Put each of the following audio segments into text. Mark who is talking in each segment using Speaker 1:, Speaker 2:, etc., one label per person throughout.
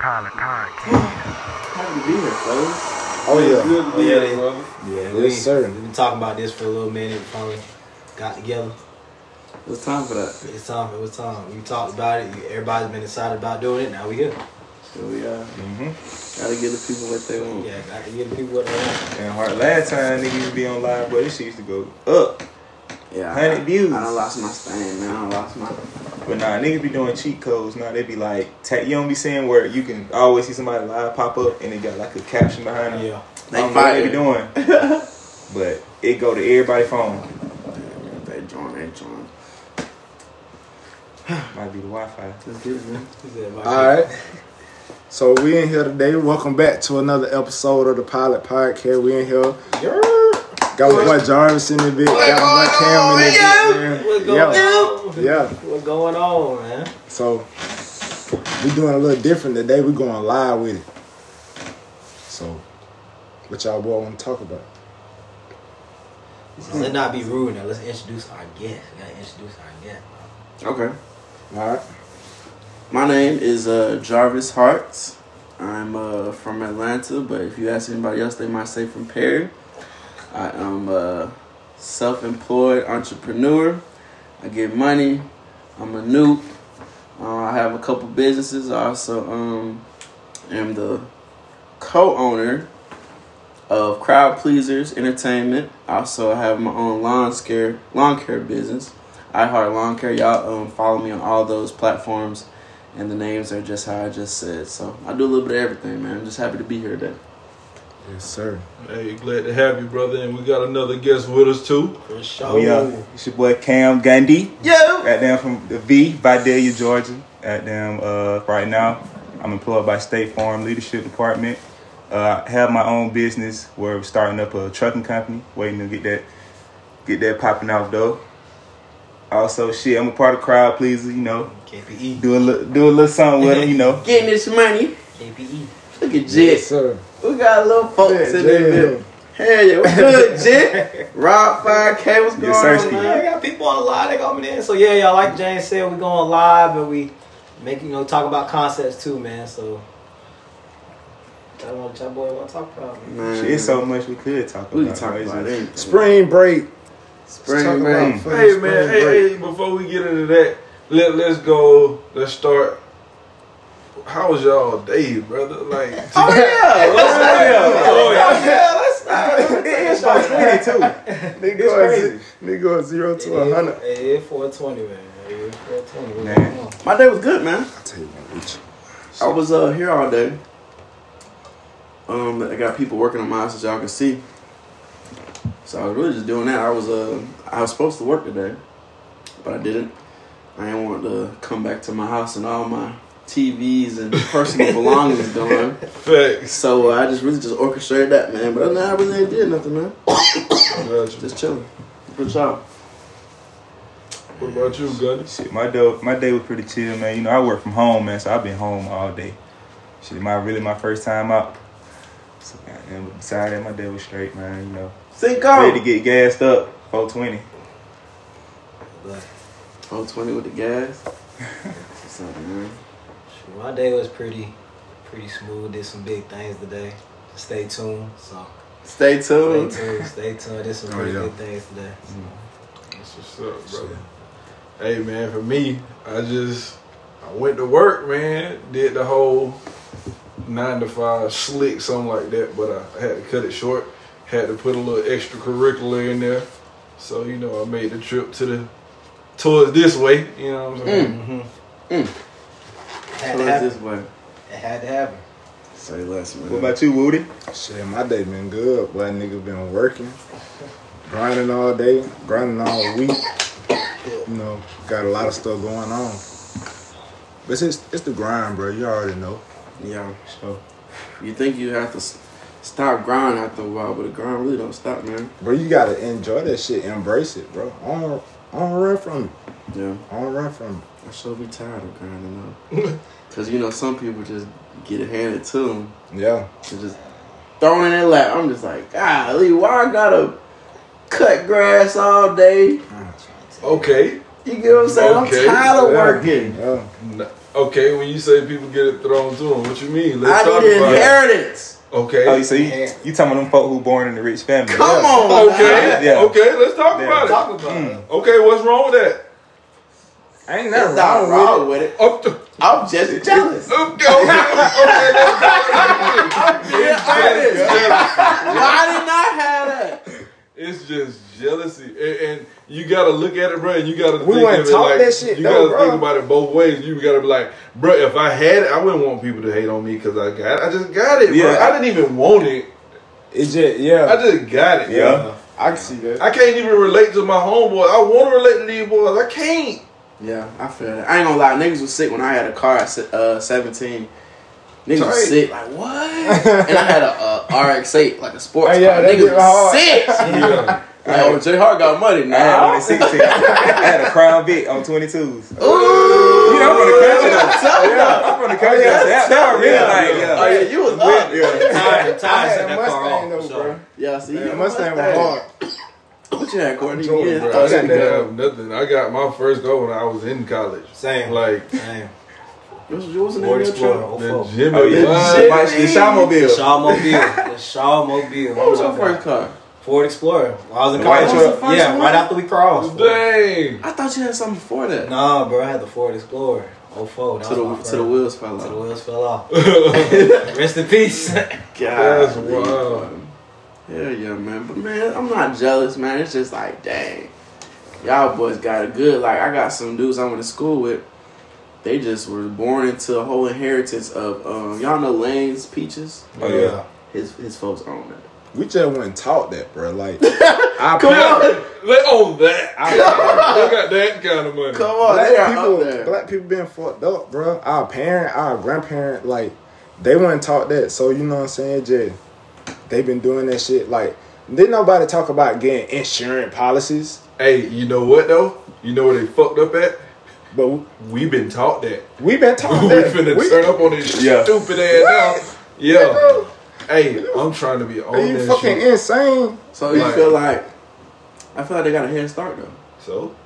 Speaker 1: Tyler Podcast.
Speaker 2: Happy to be here, fellas.
Speaker 3: Oh
Speaker 2: It's
Speaker 3: yeah.
Speaker 2: good to be
Speaker 4: Oh, yeah.
Speaker 2: here, brother.
Speaker 4: Yeah, we,
Speaker 3: Yes, sir.
Speaker 4: We've been talking about this for a little minute. Finally got together.
Speaker 2: It's time for that.
Speaker 4: It's time. It was time. We talked about it. Everybody's been excited about doing it. Now we here.
Speaker 2: So we uh, gotta give the people what they want.
Speaker 4: Yeah, I can get the people what they want.
Speaker 5: And hard last time nigga used to be on live, but this shit used to go up.
Speaker 2: Yeah,
Speaker 5: 100 views.
Speaker 2: I done lost my stand, man. I done lost my.
Speaker 5: But nah, niggas be doing cheat codes. Nah, they be like, ta- you don't be saying where you can always see somebody live pop up and they got like a caption behind them.
Speaker 4: Yeah.
Speaker 5: I don't know what they be doing. but it go to everybody phone.
Speaker 2: They join, they join.
Speaker 5: Might be the Wi-Fi.
Speaker 2: Let's get it, man.
Speaker 4: Who's that, Mike?
Speaker 3: All right. So we in here today. Welcome back to another episode of the Pilot Podcast. We in here. Got my boy Jarvis in the bit. Got my boy Cam in the
Speaker 4: What's
Speaker 3: bit.
Speaker 4: going
Speaker 3: man.
Speaker 4: on?
Speaker 3: Yeah. Yeah.
Speaker 4: What's going on, man?
Speaker 3: So we doing a little different today. We going live with it. So what y'all boy want to talk about?
Speaker 4: So let's not be rude now. Let's introduce our guest. We gotta introduce our guest.
Speaker 2: Okay.
Speaker 3: All right.
Speaker 2: My name is uh, Jarvis Hart. I'm uh, from Atlanta, but if you ask anybody else, they might say from Perry. I am a self employed entrepreneur. I get money. I'm a noob. Uh, I have a couple businesses. I also um, am the co owner of Crowd Pleasers Entertainment. Also, I have my own lawn care, lawn care business. I Heart Lawn Care. Y'all um, follow me on all those platforms and the names are just how I just said. So I do a little bit of everything, man. I'm just happy to be here today.
Speaker 3: Yes, sir.
Speaker 6: Hey, glad to have you, brother. And we got another guest with us too.
Speaker 4: For
Speaker 5: Oh,
Speaker 4: sure.
Speaker 5: yeah. It's your boy Cam Gundy.
Speaker 2: Yeah.
Speaker 5: Right down from the V, Vidalia, Georgia. Right down, uh, right now, I'm employed by State Farm Leadership Department. Uh, I have my own business. where We're starting up a trucking company. Waiting to get that, get that popping off though. Also, shit, I'm a part of Crowd Pleaser. You know,
Speaker 4: KPE.
Speaker 5: do a little, do a little something with them. You know,
Speaker 2: Getting this money.
Speaker 4: KPE.
Speaker 2: Look at
Speaker 3: Yes,
Speaker 2: Jit.
Speaker 3: sir.
Speaker 2: We got a little folks
Speaker 3: Yeah,
Speaker 2: in there.
Speaker 3: yeah.
Speaker 2: Hell yeah, what's good, Jit? Rob 5K, what's going
Speaker 5: You're
Speaker 2: on,
Speaker 5: thirsty.
Speaker 4: Yeah, I
Speaker 2: man?
Speaker 4: got people on live. They got me in. So yeah, y'all like James said, we going live and we make you know talk about concepts too, man. So y'all want y'all boy want to talk about? Man.
Speaker 2: Man,
Speaker 5: shit, it's so much we could talk about.
Speaker 2: we can talk
Speaker 5: right? It's
Speaker 2: about
Speaker 5: just-
Speaker 2: it.
Speaker 3: Spring break. Let's talk
Speaker 2: Spring break.
Speaker 3: about fucking
Speaker 6: Hey,
Speaker 3: spring
Speaker 6: man. Hey,
Speaker 3: break.
Speaker 6: hey, before we get into that, let, let's go. Let's start. How was y'all day, brother? Like,
Speaker 2: Oh yeah, let's
Speaker 6: Oh, yeah.
Speaker 5: It is about twenty too.
Speaker 3: Nigga
Speaker 5: It's
Speaker 3: going
Speaker 5: crazy.
Speaker 3: ze- Nigga going zero
Speaker 4: It
Speaker 3: to a hundred.
Speaker 4: is- it is 420, man. It is 420. What's
Speaker 5: Man.
Speaker 4: going on?
Speaker 2: My day was good, man.
Speaker 3: I tell you what, bitch.
Speaker 2: I was uh, here all day. Um, I got people working on my house, as y'all can see. So I was really just doing that. I was uh, I was supposed to work today, but I didn't. I didn't want to come back to my house and all my TVs and personal belongings gone.
Speaker 6: facts.
Speaker 2: So uh, I just really just orchestrated that, man. But other than that, I really ain't did nothing, man.
Speaker 6: Gotcha.
Speaker 2: Just chilling. Good job.
Speaker 6: What about you, Gunny?
Speaker 5: Shit, my day, my day was pretty chill, man. You know, I work from home, man, so I've been home all day. Shit, my really my first time out. So, goddamn, but besides that, my day was straight, man. You know, ready to
Speaker 2: Cinco.
Speaker 5: get gassed up, 420.
Speaker 4: But
Speaker 2: Oh, 20 with the gas. What's up, man?
Speaker 4: shoot, my day was pretty, pretty smooth. Did some big things today. Stay tuned. So
Speaker 2: Stay
Speaker 4: stay
Speaker 2: tuned.
Speaker 4: tuned. Stay tuned. Did some
Speaker 3: Oh,
Speaker 4: pretty
Speaker 3: yeah.
Speaker 4: good things today.
Speaker 6: That's what's up, brother. Hey, man. For me, I just I went to work, man. Did the whole nine to five slick, something like that. But I, I had to cut it short. Had to put a little extracurricular in there. So you know, I made the trip to the towards this way. You know what I'm saying?
Speaker 4: Mm-hmm.
Speaker 2: Mm.
Speaker 4: Had
Speaker 2: So it's
Speaker 4: to happen.
Speaker 2: this way.
Speaker 4: It had to happen.
Speaker 2: Say less, man.
Speaker 5: What about you, Woody?
Speaker 3: Shit, my day been good, but nigga been working, grinding all day, grinding all week. You know, got a lot of stuff going on. But it's- it's it's the grind, bro. You already know.
Speaker 2: Yeah.
Speaker 3: So,
Speaker 2: You think you have to s- stop grinding after a while, but the grind really don't stop, man.
Speaker 3: bro, you gotta enjoy that shit, embrace it, bro. I don't, I don't run from it.
Speaker 2: Yeah.
Speaker 3: I don't run from
Speaker 2: I sure be tired of grinding though. Cause you know some people just get it handed to them.
Speaker 3: it. Yeah,
Speaker 2: They're just thrown in their lap. I'm just like, golly, why I gotta cut grass all day?
Speaker 6: Okay.
Speaker 2: You get what I'm saying?
Speaker 6: Okay.
Speaker 2: I'm tired of
Speaker 3: Yeah.
Speaker 2: working.
Speaker 3: yeah.
Speaker 6: N- Okay, when you say people get it thrown to them, what you mean? Let's
Speaker 2: I
Speaker 6: talk
Speaker 2: need
Speaker 6: about it.
Speaker 2: inheritance.
Speaker 6: Okay.
Speaker 5: Oh, so you, you talking about them folk who born in a rich family?
Speaker 2: Come on. man.
Speaker 6: okay.
Speaker 5: Yeah.
Speaker 6: Okay. Let's talk
Speaker 5: Yeah.
Speaker 6: about it.
Speaker 4: Oh, Talk about it.
Speaker 6: Okay, what's wrong with that?
Speaker 3: Ain't nothing
Speaker 2: There's nothing
Speaker 3: wrong
Speaker 2: wrong with it.
Speaker 6: Up to, okay,
Speaker 2: I'm just jealous.
Speaker 6: okay, okay, let's talk about it.
Speaker 2: Yeah,
Speaker 6: It's
Speaker 2: honest.
Speaker 6: just
Speaker 2: Why didn't I have that?
Speaker 6: It's just jealousy, and, and you gotta look at it, bro. And you gotta
Speaker 3: We
Speaker 6: think
Speaker 3: wouldn't
Speaker 6: of it
Speaker 3: talk
Speaker 6: like,
Speaker 3: that shit,
Speaker 6: You
Speaker 3: though,
Speaker 6: gotta
Speaker 3: bro.
Speaker 6: think about it both ways. You gotta be like, bro, if I had it, I wouldn't want people to hate on me because I got, it. I just got it, bro.
Speaker 5: Yeah.
Speaker 6: I didn't even want it.
Speaker 3: It just
Speaker 6: I
Speaker 3: yeah.
Speaker 6: just got it.
Speaker 5: Yeah.
Speaker 3: I can see that.
Speaker 6: I can't even relate to my homeboy. I want to relate to these boys. I can't.
Speaker 2: Yeah, I feel that. I ain't gonna lie, niggas was sick when I had a car at se- uh, 17. Niggas
Speaker 6: Tight.
Speaker 2: was sick, like what? and I had a, uh RX8, like a sports
Speaker 3: Hey, yeah,
Speaker 2: car.
Speaker 3: that
Speaker 2: Niggas
Speaker 3: bitch
Speaker 2: was
Speaker 3: hard.
Speaker 2: sick.
Speaker 6: Yeah.
Speaker 2: like, oh, J Hart got money
Speaker 5: I had one
Speaker 2: now.
Speaker 5: at 16. I had a Crown Vic on 22s.
Speaker 2: Ooh, you
Speaker 5: You know, I'm from the country though.
Speaker 2: yeah.
Speaker 5: I'm from the country though. so That, that was really
Speaker 2: Yeah.
Speaker 5: like,
Speaker 2: Oh yeah,
Speaker 5: yeah.
Speaker 2: you was up.
Speaker 5: Yeah.
Speaker 3: I
Speaker 4: Time, time
Speaker 3: had
Speaker 4: set
Speaker 3: a
Speaker 4: that car
Speaker 3: Mustang
Speaker 4: off.
Speaker 3: though,
Speaker 4: for
Speaker 3: bro.
Speaker 4: sure.
Speaker 2: Yeah, see, you
Speaker 3: Yeah,
Speaker 2: had a
Speaker 3: Mustang was hard.
Speaker 2: What you had, Courtney?
Speaker 6: Jordan,
Speaker 2: Yeah,
Speaker 6: bro,
Speaker 2: uh,
Speaker 6: I didn't
Speaker 3: that.
Speaker 6: have nothing. I got my first goal when I was in college.
Speaker 4: Same, like,
Speaker 6: Like
Speaker 4: same.
Speaker 2: what was, what was the name
Speaker 4: Ford
Speaker 2: of your truck?
Speaker 4: Explorer,
Speaker 6: the
Speaker 4: 04.
Speaker 6: Jimmy.
Speaker 5: Oh, yeah.
Speaker 6: Bud,
Speaker 5: My- The
Speaker 4: The
Speaker 5: Shawmobile.
Speaker 4: Shawmobile. The Shawmobile.
Speaker 2: What was your first car?
Speaker 4: Ford Explorer. Well, I was in
Speaker 5: The white
Speaker 4: college.
Speaker 5: truck.
Speaker 2: First
Speaker 4: Yeah,
Speaker 2: one?
Speaker 4: right after we crossed.
Speaker 6: Dang.
Speaker 2: I thought you had something before that.
Speaker 4: Nah, bro, I had the Ford Explorer. 04. That
Speaker 2: to
Speaker 4: was my
Speaker 2: the
Speaker 4: first.
Speaker 2: to the wheels fell
Speaker 4: Till the
Speaker 2: off.
Speaker 4: wheels fell off. Rest in peace.
Speaker 6: That's
Speaker 2: God,
Speaker 6: wild.
Speaker 2: Hell yeah, man. But man, I'm not jealous, man. It's just like, dang, y'all boys got it good. Like I got some dudes I went to school with. They just were born into a whole inheritance of um, y'all know Lane's Peaches.
Speaker 5: Oh, yeah.
Speaker 2: His his folks own that.
Speaker 3: We just wouldn't talk that, bro. Like, I
Speaker 2: Come
Speaker 3: parent-
Speaker 2: on,
Speaker 6: Let on that.
Speaker 3: I-
Speaker 6: I got that kind of money.
Speaker 2: come on. Oh, they
Speaker 3: black
Speaker 2: are up
Speaker 3: people,
Speaker 2: there.
Speaker 3: black people being fucked up, bro. Our parent, our grandparent, like they wouldn't talk that. So you know what I'm saying, Jay? They been doing that shit. Like, did nobody talk about getting insurance policies?
Speaker 6: Hey, you know what though? You know where they fucked up at?
Speaker 3: But we-
Speaker 6: We been taught that.
Speaker 3: we been
Speaker 6: we
Speaker 3: talking that.
Speaker 6: finna
Speaker 3: We-
Speaker 6: turn up on this
Speaker 5: Yeah.
Speaker 6: stupid ass now. Yeah. Hey, I'm trying to be on
Speaker 3: Are you
Speaker 6: that
Speaker 3: fucking
Speaker 6: shit.
Speaker 3: insane?
Speaker 2: so you
Speaker 6: Like-
Speaker 2: feel like I feel like they got a head start though.
Speaker 6: So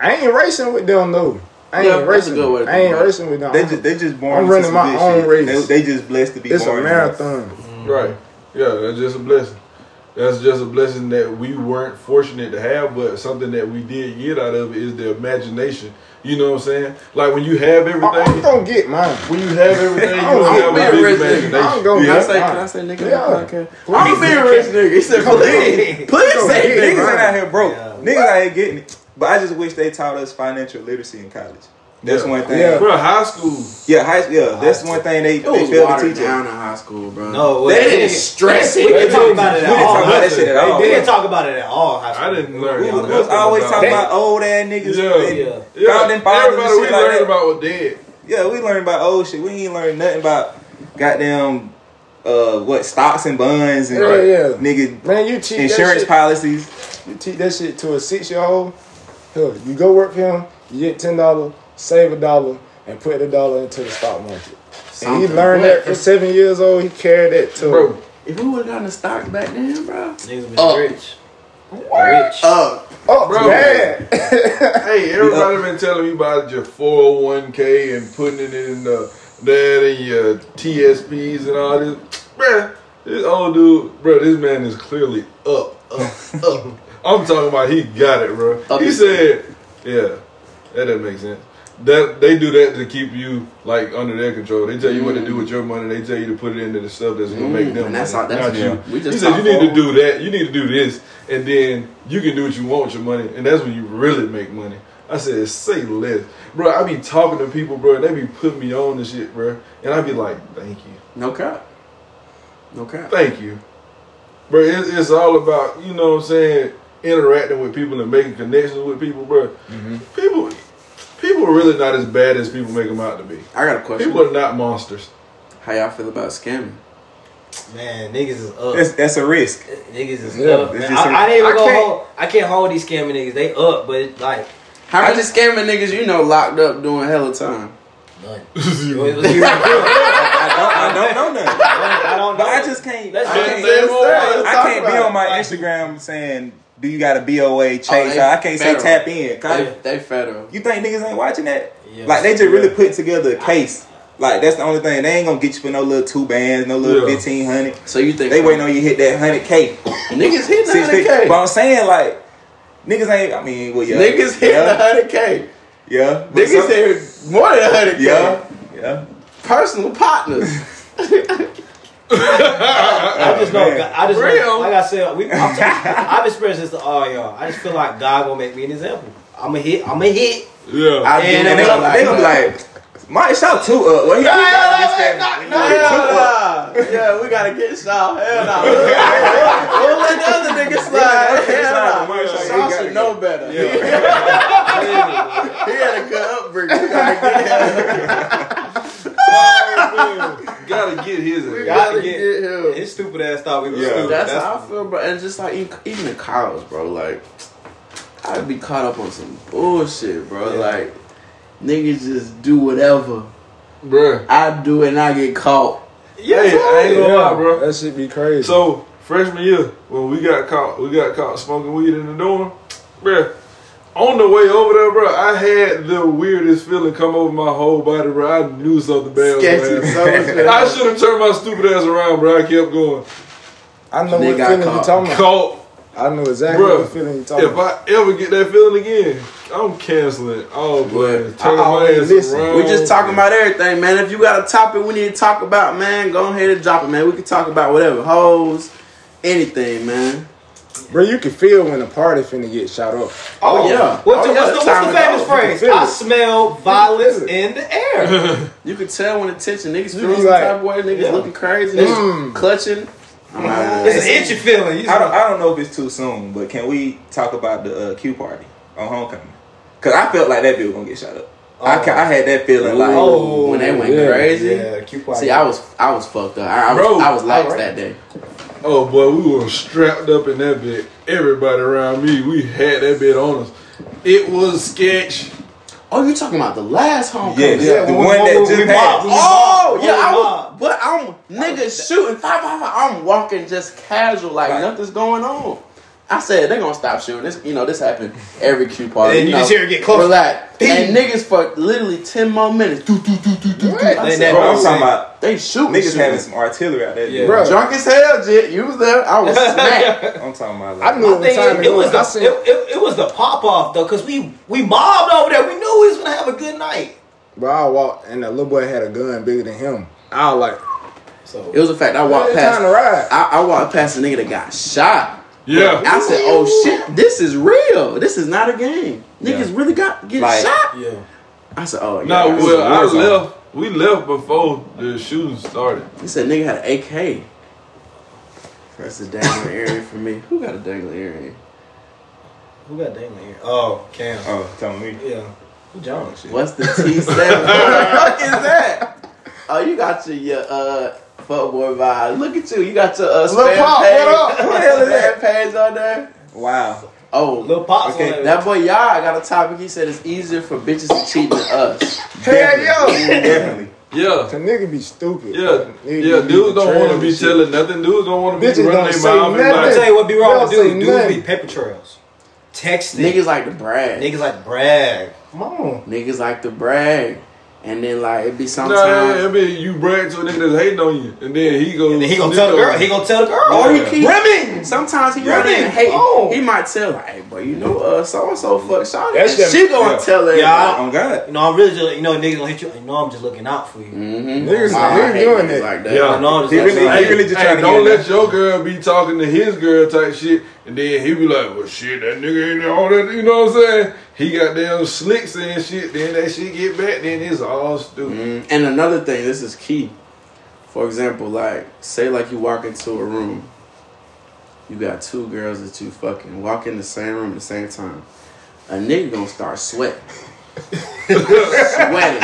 Speaker 3: I ain't racing with them though. I ain't
Speaker 2: Yeah, that's a
Speaker 3: racing.
Speaker 2: good way to
Speaker 3: I ain't
Speaker 2: think about it.
Speaker 3: racing with them.
Speaker 5: They just, they just born
Speaker 3: I'm
Speaker 5: into
Speaker 3: running
Speaker 5: some
Speaker 3: my
Speaker 5: good
Speaker 3: own
Speaker 5: shit.
Speaker 3: race.
Speaker 5: They, they just blessed to be
Speaker 3: it's a
Speaker 5: born. in
Speaker 3: marathon.
Speaker 6: right. Yeah, that's just a blessing. That's just a blessing that we weren't fortunate to have, but something that we did get out of it is the imagination. You know what I'm saying? Like when you have
Speaker 3: I, I'm
Speaker 6: everything,
Speaker 3: gonna get mine.
Speaker 6: when you have everything, you
Speaker 3: I'm
Speaker 6: don't
Speaker 2: being
Speaker 6: have a big
Speaker 2: rich nigga.
Speaker 3: I'm gonna
Speaker 6: imagination.
Speaker 2: Can I
Speaker 3: get
Speaker 2: say,
Speaker 3: mine.
Speaker 2: can I say nigga
Speaker 3: Yeah.
Speaker 2: on the podcast? I'm being a rich nigga. He said, please,
Speaker 4: Please.
Speaker 2: please
Speaker 3: Go
Speaker 2: say
Speaker 3: ahead,
Speaker 5: Niggas
Speaker 2: nigga.
Speaker 5: ain't out here broke.
Speaker 4: Yeah.
Speaker 5: Niggas out here getting it. But I just wish they taught us financial literacy in college. That's
Speaker 6: Yeah.
Speaker 5: one thing.
Speaker 3: Yeah.
Speaker 5: Yeah,
Speaker 6: Bro, high school.
Speaker 5: high, yeah that's one thing they,
Speaker 2: It
Speaker 5: they
Speaker 2: was
Speaker 5: failed to
Speaker 2: watered
Speaker 5: teach us.
Speaker 2: down in high school, bro.
Speaker 4: No,
Speaker 2: they
Speaker 4: it
Speaker 2: didn't
Speaker 4: wasn't.
Speaker 2: stress
Speaker 4: We
Speaker 2: it.
Speaker 4: didn't talk about it
Speaker 5: We
Speaker 4: at
Speaker 5: didn't talk
Speaker 4: all.
Speaker 5: about that shit at all.
Speaker 4: We didn't talk about it at all. high
Speaker 6: I
Speaker 4: school.
Speaker 6: didn't learn.
Speaker 5: We was, we
Speaker 6: nothing
Speaker 5: was always
Speaker 6: about
Speaker 5: talking
Speaker 6: that.
Speaker 5: about old ass niggas.
Speaker 6: Yeah.
Speaker 5: and
Speaker 6: Yeah,
Speaker 5: Founding fathers and
Speaker 6: everybody we
Speaker 5: shit like
Speaker 6: learned
Speaker 5: that.
Speaker 6: about was dead.
Speaker 5: Yeah, we learned about old shit. We ain't learned nothing about goddamn uh what stocks and bonds and
Speaker 3: Yeah, yeah.
Speaker 5: nigga
Speaker 3: Man, you teach that
Speaker 5: insurance
Speaker 3: shit.
Speaker 5: policies.
Speaker 3: You teach that shit to a six year old. Hell, you go work for him. You get ten dollar, save a dollar, and put the dollar into the stock market. And he
Speaker 2: Something.
Speaker 3: learned
Speaker 2: But
Speaker 3: that from seven years old. He carried that to
Speaker 6: Bro,
Speaker 2: If we would have gotten the stock back then, bro,
Speaker 4: Niggas been
Speaker 2: Up.
Speaker 4: rich. Rich.
Speaker 2: uh,
Speaker 3: oh
Speaker 6: Bro.
Speaker 3: man,
Speaker 6: hey, everybody been telling me about your 401k and putting it in the, that and your TSPs and all this. Bruh, this old dude, bro, this man is clearly up, up, up. I'm talking about he got it, bro.
Speaker 2: Up
Speaker 6: He
Speaker 2: is-
Speaker 6: said, yeah, that doesn't make sense. That they do that to keep you like under their control. They tell you what to
Speaker 5: Mm.
Speaker 6: do with your money. They tell you to put it into the stuff that's gonna make them.
Speaker 2: and that's
Speaker 6: money,
Speaker 2: all. That's
Speaker 6: not you.
Speaker 2: We
Speaker 6: He
Speaker 2: just
Speaker 6: said you
Speaker 2: talked
Speaker 6: need
Speaker 2: forward.
Speaker 6: to do that. You need to do this, and then you can do what you want with your money, and that's when you really make money. I said, say less, bro. I be talking to people, bro. and They be putting me on and shit, bro. And I be like, thank you,
Speaker 2: No cap. No cap.
Speaker 6: thank you, bro. It's, it's all about you know what I'm saying, interacting with people and making connections with people, bro.
Speaker 2: Mm-hmm.
Speaker 6: People, people are really not as bad as people make them out to be.
Speaker 2: I got a question.
Speaker 6: People are not monsters.
Speaker 2: How y'all feel about scamming?
Speaker 4: Man, niggas is up.
Speaker 5: That's that's a risk.
Speaker 4: Niggas is
Speaker 3: Yeah,
Speaker 4: up.
Speaker 5: it's
Speaker 4: man.
Speaker 5: just a-
Speaker 4: I, I didn't
Speaker 6: I
Speaker 4: even go
Speaker 6: can't-
Speaker 4: hold. I can't hold these scamming niggas. They up, but it's like
Speaker 2: How many scamming niggas you know locked up doing hella time?
Speaker 4: none. It
Speaker 6: Zero.
Speaker 4: was- it was zero.
Speaker 5: I don't, I don't know nothing.
Speaker 4: I don't know.
Speaker 5: But I just can't.
Speaker 4: Let's
Speaker 5: I
Speaker 4: just-
Speaker 5: can't,
Speaker 6: let's- let's
Speaker 5: I
Speaker 2: talk
Speaker 5: can't be
Speaker 2: about
Speaker 5: on my
Speaker 4: it. Like-
Speaker 5: Instagram saying, "Do you got a BOA chase?"
Speaker 2: they
Speaker 5: I can't say
Speaker 2: federal.
Speaker 5: tap in. 'cause I-
Speaker 2: They, they federal.
Speaker 5: you think niggas ain't watching that?
Speaker 4: Yeah. Yeah.
Speaker 5: Like they just really put together a case. Like that's the only thing. They ain't gonna get you for no little two bands, no little
Speaker 6: Yeah.
Speaker 5: fifteen hundred.
Speaker 2: So you think
Speaker 5: They waiting on you hit that hundred K.
Speaker 2: niggas hit the
Speaker 5: Six
Speaker 2: hundred
Speaker 5: fifty.
Speaker 2: k?
Speaker 5: But I'm saying like niggas ain't I mean well yeah.
Speaker 2: Niggas hit the
Speaker 5: yeah,
Speaker 2: hundred k.
Speaker 5: yeah. But
Speaker 2: Niggas
Speaker 5: some-
Speaker 2: hit more than hundred k.
Speaker 5: Yeah. Yeah.
Speaker 2: Personal partners.
Speaker 4: I just know.
Speaker 5: man.
Speaker 4: I just
Speaker 6: Real.
Speaker 4: know, like I said, we, I've, I've experienced this to all y'all. I just feel like God gonna make me an example. I'm a hit. I'm a hit.
Speaker 6: Yeah.
Speaker 5: I do,
Speaker 4: And
Speaker 5: and,
Speaker 4: they
Speaker 5: they gonna,
Speaker 2: like-
Speaker 5: they gonna be like, Mike, shout two up. Well, he, he got this, that, and
Speaker 2: No,
Speaker 5: the other two up.
Speaker 2: hell nah. Yeah, we gotta get Shaw. Hell nah. We'll, we'll, we'll let the other niggas slide. Hell nah. Shaw should know better. he had a good upbringing. We gotta get him.
Speaker 6: Gotta get his.
Speaker 2: We gotta
Speaker 6: ass.
Speaker 4: Gotta
Speaker 2: get
Speaker 4: get-
Speaker 2: him.
Speaker 4: His stupid ass thought we was
Speaker 5: Yeah.
Speaker 4: stupid.
Speaker 2: That's, how I feel, bro. And just like even, even in college, bro, like I'd be caught up on some bullshit, bro.
Speaker 4: Yeah.
Speaker 2: Like niggas just do whatever
Speaker 6: Bruh.
Speaker 2: I do, and I get caught.
Speaker 6: Yeah, hey, I ain't gonna lie, bro.
Speaker 3: That shit be crazy.
Speaker 6: So freshman year, when we got caught, we got caught smoking weed in the dorm, bruh. On the way over there, bro, I had the weirdest feeling come over my whole body, bro. I knew something bad was
Speaker 2: Sketchy.
Speaker 6: going
Speaker 2: so much better.
Speaker 6: I should have turned my stupid ass around, bro. I kept going.
Speaker 3: I know what
Speaker 2: Nigga, I
Speaker 3: feeling you
Speaker 2: caught-
Speaker 3: talking about.
Speaker 6: Caught.
Speaker 3: I know exactly
Speaker 6: Bruh,
Speaker 3: what feeling you talking
Speaker 6: If
Speaker 3: about.
Speaker 6: I ever get that feeling again, I'm canceling all plans. Turn
Speaker 3: I
Speaker 6: my
Speaker 3: always
Speaker 6: ass
Speaker 3: listen.
Speaker 6: around.
Speaker 2: We just talking about everything, man. If you got a topic we need to talk about, man, go ahead and drop it, man. We can talk about whatever, hoes, anything, man.
Speaker 3: Bro, you can feel when the party finna get shot up.
Speaker 2: Oh, yeah.
Speaker 4: What's,
Speaker 2: Oh,
Speaker 4: the,
Speaker 2: yeah,
Speaker 4: what's, the, what's
Speaker 2: time
Speaker 4: the
Speaker 2: to
Speaker 4: famous
Speaker 2: go.
Speaker 4: phrase?
Speaker 3: You can feel
Speaker 4: I
Speaker 3: it.
Speaker 4: smell violence
Speaker 3: it.
Speaker 4: in the air.
Speaker 2: You can tell when the tension, niggas
Speaker 3: be
Speaker 2: feeling some
Speaker 3: like,
Speaker 2: type of way, niggas
Speaker 4: yeah.
Speaker 2: looking crazy, niggas
Speaker 3: Mm.
Speaker 2: clutching. I'm out of
Speaker 4: Mm. it's
Speaker 2: this.
Speaker 4: an itchy feeling. You
Speaker 5: I don't, I don't know if it's too soon, but can we talk about the uh, Q party on homecoming? Cause I felt like that dude gonna get shot up. I, ca- I had that feeling like
Speaker 4: Oh.
Speaker 2: when they went
Speaker 3: yeah,
Speaker 2: crazy.
Speaker 4: yeah, keep quiet.
Speaker 2: See, I was I was fucked up. I, I,
Speaker 6: Bro.
Speaker 2: was, I was lax
Speaker 4: Alright.
Speaker 2: that day.
Speaker 6: Oh boy, we were strapped up in that bed. Everybody around me, we had that bed on us. It was sketch.
Speaker 2: Oh, you talking about the last homecoming?
Speaker 5: yeah,
Speaker 3: Yeah,
Speaker 5: the
Speaker 3: when we-
Speaker 5: one
Speaker 3: when
Speaker 5: that
Speaker 3: we-
Speaker 5: just
Speaker 3: we
Speaker 5: passed.
Speaker 2: Oh,
Speaker 4: Mob.
Speaker 2: yeah, I was,
Speaker 4: Mob.
Speaker 2: but I'm niggas shooting five, five, five. I'm walking just casual, like
Speaker 5: Right.
Speaker 2: nothing's going on. I said they gonna stop shooting. This, you know, this happened every Q party.
Speaker 4: And then you
Speaker 2: know,
Speaker 4: just hear it get closer.
Speaker 2: Relax,
Speaker 4: Ding.
Speaker 2: and niggas for literally ten more minutes. Do, do, do, do, do, do. I
Speaker 4: Then
Speaker 2: said,
Speaker 4: that-
Speaker 5: Bro, I'm talking about
Speaker 2: they shooting.
Speaker 5: niggas
Speaker 2: shooting.
Speaker 5: having some artillery out there.
Speaker 4: Yeah.
Speaker 3: Bro,
Speaker 2: drunk as hell. Jit, you was there. I was smacked.
Speaker 5: I'm talking about like
Speaker 3: I knew it
Speaker 4: Thing
Speaker 3: was time
Speaker 4: is,
Speaker 3: to
Speaker 4: it
Speaker 3: go.
Speaker 4: was the
Speaker 3: I seen,
Speaker 4: it, it, it was the pop off though, cause we we mobbed over there. We knew we was gonna have a good night.
Speaker 3: bro, I walked and the little boy had a gun bigger than him. I was like,
Speaker 4: So
Speaker 2: it was a fact. I
Speaker 3: what time
Speaker 2: walked
Speaker 3: to
Speaker 2: past.
Speaker 3: ride?
Speaker 2: I, I walked past a nigga that got shot.
Speaker 6: Yeah.
Speaker 2: I said, "Oh shit, this is real. This is not a game. Niggas
Speaker 5: Yeah.
Speaker 2: really got get
Speaker 5: Like-
Speaker 2: shot."
Speaker 4: yeah,
Speaker 2: I said, "Oh yeah."
Speaker 6: No,
Speaker 2: this is
Speaker 6: well, I
Speaker 2: war zone."
Speaker 6: left. We left before the shooting started.
Speaker 2: He said nigga had an AK. That's a dangling earring for me. Who got a dangling earring?
Speaker 4: who got Damon here? Oh, Cam.
Speaker 5: Oh, tell me.
Speaker 4: Yeah, who John?
Speaker 2: What's the T seven? what the fuck is that? Oh, you got your, your uh fuckboy vibe. Look at you. You got your uh
Speaker 3: Lil
Speaker 2: spam
Speaker 3: Pop, what
Speaker 2: page.
Speaker 3: up?
Speaker 2: What the hell is that page on there?
Speaker 5: Wow.
Speaker 2: Oh,
Speaker 4: Little pops.
Speaker 5: Okay,
Speaker 4: on
Speaker 2: that boy y'all got a topic. He said it's easier for bitches to cheat than us.
Speaker 3: Hell yo!
Speaker 5: Definitely.
Speaker 6: Yeah.
Speaker 3: The nigga be stupid.
Speaker 6: Yeah.
Speaker 3: Nigga be
Speaker 6: Yeah, dudes don't want to
Speaker 3: betraying
Speaker 6: be
Speaker 3: and shit.
Speaker 6: telling nothing. Dudes don't want to
Speaker 3: Bitches
Speaker 6: be
Speaker 3: don't
Speaker 6: running
Speaker 3: say
Speaker 6: their mouth and
Speaker 3: nothing.
Speaker 4: I
Speaker 6: like,
Speaker 4: tell you what be wrong
Speaker 3: Y'all
Speaker 4: with dudes.
Speaker 3: say
Speaker 4: Dudes
Speaker 3: nothing.
Speaker 4: be paper trails, texting.
Speaker 2: Niggas like to brag.
Speaker 4: Niggas like brag. Come on.
Speaker 2: Niggas like to brag. And then like it be sometimes
Speaker 6: nah, I mean, you brag to a nigga that's hating on you. And then he goes.
Speaker 4: And then he gonna tell the girl. He gonna tell the girl.
Speaker 2: Or
Speaker 6: Yeah.
Speaker 2: Oh, he keep rimming. Sometimes he
Speaker 5: Yeah.
Speaker 2: really ain't hating.
Speaker 4: Oh.
Speaker 2: He might tell like, hey, bro, you know, uh, so and so fuck Shawty.
Speaker 3: That's
Speaker 2: And
Speaker 3: that-
Speaker 2: she gonna
Speaker 5: yeah.
Speaker 2: tell her.
Speaker 4: Yeah.
Speaker 5: On God.
Speaker 4: You know, I'm really just, you know, niggas gonna hit you. You know, I'm just looking out for you.
Speaker 2: Mm-hmm.
Speaker 3: Niggas- niggas doing that.
Speaker 2: Like that.
Speaker 6: Yeah.
Speaker 4: You know, I'm just
Speaker 5: He
Speaker 4: looking
Speaker 5: really,
Speaker 4: out
Speaker 5: he
Speaker 4: for you.
Speaker 5: really just
Speaker 6: Hey,
Speaker 5: trying to
Speaker 6: don't
Speaker 5: get
Speaker 6: let your girl be talking to his girl type shit, and then he be like, "Well, shit, that nigga ain't all that." You know what I'm saying? He got damn slick saying shit. Then that shit get back. Then it's all stupid.
Speaker 4: Mm.
Speaker 2: Mhm. And another thing, this is key. For example, like say like you walk into a room, you got two girls that you fucking walk in the same room at the same time. A nigga gonna start sweating. sweating.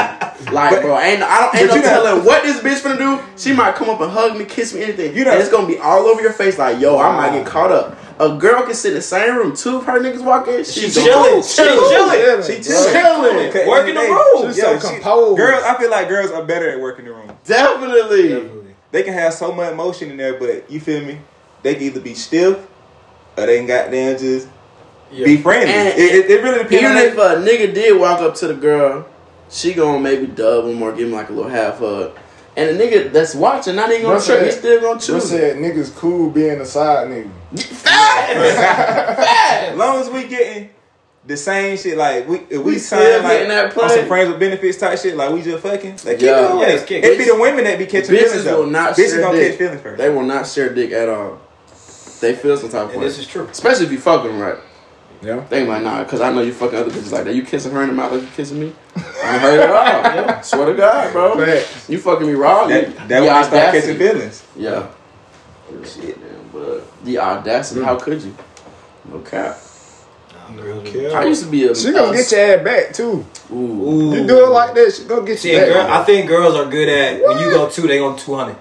Speaker 2: Like bro, ain't I don't ain't no
Speaker 5: But you know-
Speaker 2: telling what this bitch gonna do. She might come up and hug me, kiss me, anything.
Speaker 5: You
Speaker 2: You
Speaker 5: know-
Speaker 2: know, it's gonna be all over your face. Like yo, I might get caught up. A girl can sit in the same room. Two of her niggas walk in.
Speaker 4: She
Speaker 2: She's
Speaker 4: chilling. She chilling.
Speaker 3: Chilling,
Speaker 5: She
Speaker 3: bro.
Speaker 5: chilling.
Speaker 2: Chilling.
Speaker 5: Okay,
Speaker 4: Working the
Speaker 5: hey,
Speaker 4: room.
Speaker 3: She's so
Speaker 5: yo,
Speaker 3: composed.
Speaker 5: Girls, I feel like girls are better at working the room.
Speaker 2: Definitely.
Speaker 5: They can have so much emotion in there, but you feel me? They can either be stiff or they can goddamn just
Speaker 4: Yeah.
Speaker 5: be friendly.
Speaker 2: And-
Speaker 5: it, it, it really depends.
Speaker 2: Even
Speaker 5: on
Speaker 2: if a nigga did walk up to the girl She gonna maybe dub him or give him like a little half hug. And the nigga that's watching not even gonna
Speaker 3: Bro
Speaker 2: trip.
Speaker 3: said-
Speaker 2: He still gonna
Speaker 3: Bro
Speaker 2: choose.
Speaker 3: said niggas cool being a side nigga.
Speaker 5: As long as we getting the same shit, like we if we,
Speaker 2: We still
Speaker 5: sign like
Speaker 2: getting that
Speaker 5: on
Speaker 2: play.
Speaker 5: some friends with benefits type shit, like we just fucking. Like keep
Speaker 2: Yeah.
Speaker 5: it away.
Speaker 4: Yeah, it's kick.
Speaker 5: it be the women that be catching
Speaker 2: Bitches
Speaker 5: feelings though.
Speaker 2: will not
Speaker 5: Bitches
Speaker 2: share
Speaker 5: gonna
Speaker 2: dick.
Speaker 5: catch feelings first.
Speaker 2: They will not share dick at all. They feel some type of
Speaker 4: And
Speaker 2: way.
Speaker 4: this is true.
Speaker 2: Especially if you fucking right.
Speaker 3: Yeah.
Speaker 2: They like, nah, because I know you fucking other bitches like that. You kissing her in the mouth like you kissing me? I ain't heard it all. Swear to God, bro.
Speaker 3: Facts.
Speaker 2: You fucking me raw.
Speaker 5: That,
Speaker 2: you-
Speaker 5: that
Speaker 2: the
Speaker 5: when they start
Speaker 2: audacity.
Speaker 5: catching feelings.
Speaker 2: Yeah. Shit, man. But the
Speaker 5: Mm.
Speaker 2: audacity, how could you? No cap.
Speaker 6: No
Speaker 2: I
Speaker 6: cap.
Speaker 2: used to be a.
Speaker 3: She gonna
Speaker 2: a-
Speaker 3: get your ass back too.
Speaker 2: Ooh.
Speaker 4: Ooh.
Speaker 3: You do it like that, she gonna get
Speaker 4: See,
Speaker 3: you
Speaker 4: a
Speaker 3: back.
Speaker 4: girl, I think girls are good at when you go two, they go two hundred.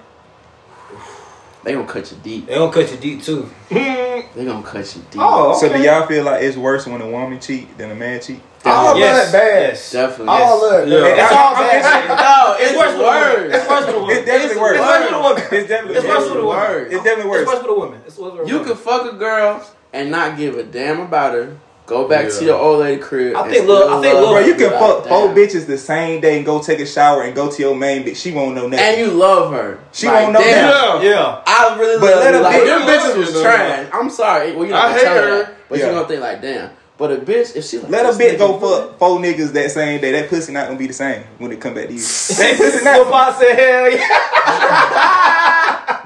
Speaker 2: They gonna cut you deep.
Speaker 4: They don't cut you deep too.
Speaker 2: They gonna cut you deep.
Speaker 4: Oh, okay.
Speaker 5: So do y'all feel like it's worse when a woman cheat than a man cheat?
Speaker 3: all of
Speaker 4: Yes,
Speaker 3: that bad.
Speaker 4: yes.
Speaker 2: Definitely.
Speaker 3: All of that.
Speaker 6: Yeah.
Speaker 4: It's all bad.
Speaker 2: No, it's,
Speaker 4: It's worse for the woman.
Speaker 2: worse.
Speaker 4: It's worse for the woman.
Speaker 5: It's definitely
Speaker 4: It's-
Speaker 5: worse.
Speaker 4: It's worse for the woman.
Speaker 5: It's definitely
Speaker 4: It's worse for the woman.
Speaker 2: worse.
Speaker 5: It's definitely
Speaker 4: It's worse
Speaker 5: worse.
Speaker 4: for the woman. It's worse for the
Speaker 2: You
Speaker 4: woman.
Speaker 2: could fuck a girl and not give a damn about her. Go back to
Speaker 6: Yeah.
Speaker 2: your old lady crib.
Speaker 4: I
Speaker 2: and
Speaker 4: think Lil-
Speaker 2: still
Speaker 4: I think
Speaker 2: love
Speaker 4: Lil-
Speaker 5: Bro, you can
Speaker 2: her.
Speaker 5: fuck four
Speaker 2: Goddamn.
Speaker 5: bitches the same day and go take a shower and go to your main bitch. She won't know nothing.
Speaker 2: And you love her.
Speaker 5: She won't know
Speaker 2: damn,
Speaker 5: that.
Speaker 6: Yeah.
Speaker 4: Yeah.
Speaker 2: I really
Speaker 5: But
Speaker 2: love
Speaker 5: let
Speaker 2: you.
Speaker 5: her
Speaker 2: Like,
Speaker 5: be-
Speaker 2: them
Speaker 6: let
Speaker 2: bitches
Speaker 6: her
Speaker 2: was
Speaker 6: be-
Speaker 2: trash. I'm sorry. Well, you're
Speaker 6: I
Speaker 2: not gonna
Speaker 6: hate
Speaker 2: tell her.
Speaker 6: her.
Speaker 2: that, But
Speaker 5: Yeah.
Speaker 2: you're gonna think like, damn. But a bitch, if she like,
Speaker 5: Let a
Speaker 2: this
Speaker 5: bitch
Speaker 2: nigga
Speaker 5: go
Speaker 2: good.
Speaker 5: fuck four niggas that same day. That pussy not gonna be the same when it come back to you. That pussy
Speaker 4: Lil
Speaker 5: not,
Speaker 4: Pop said, hell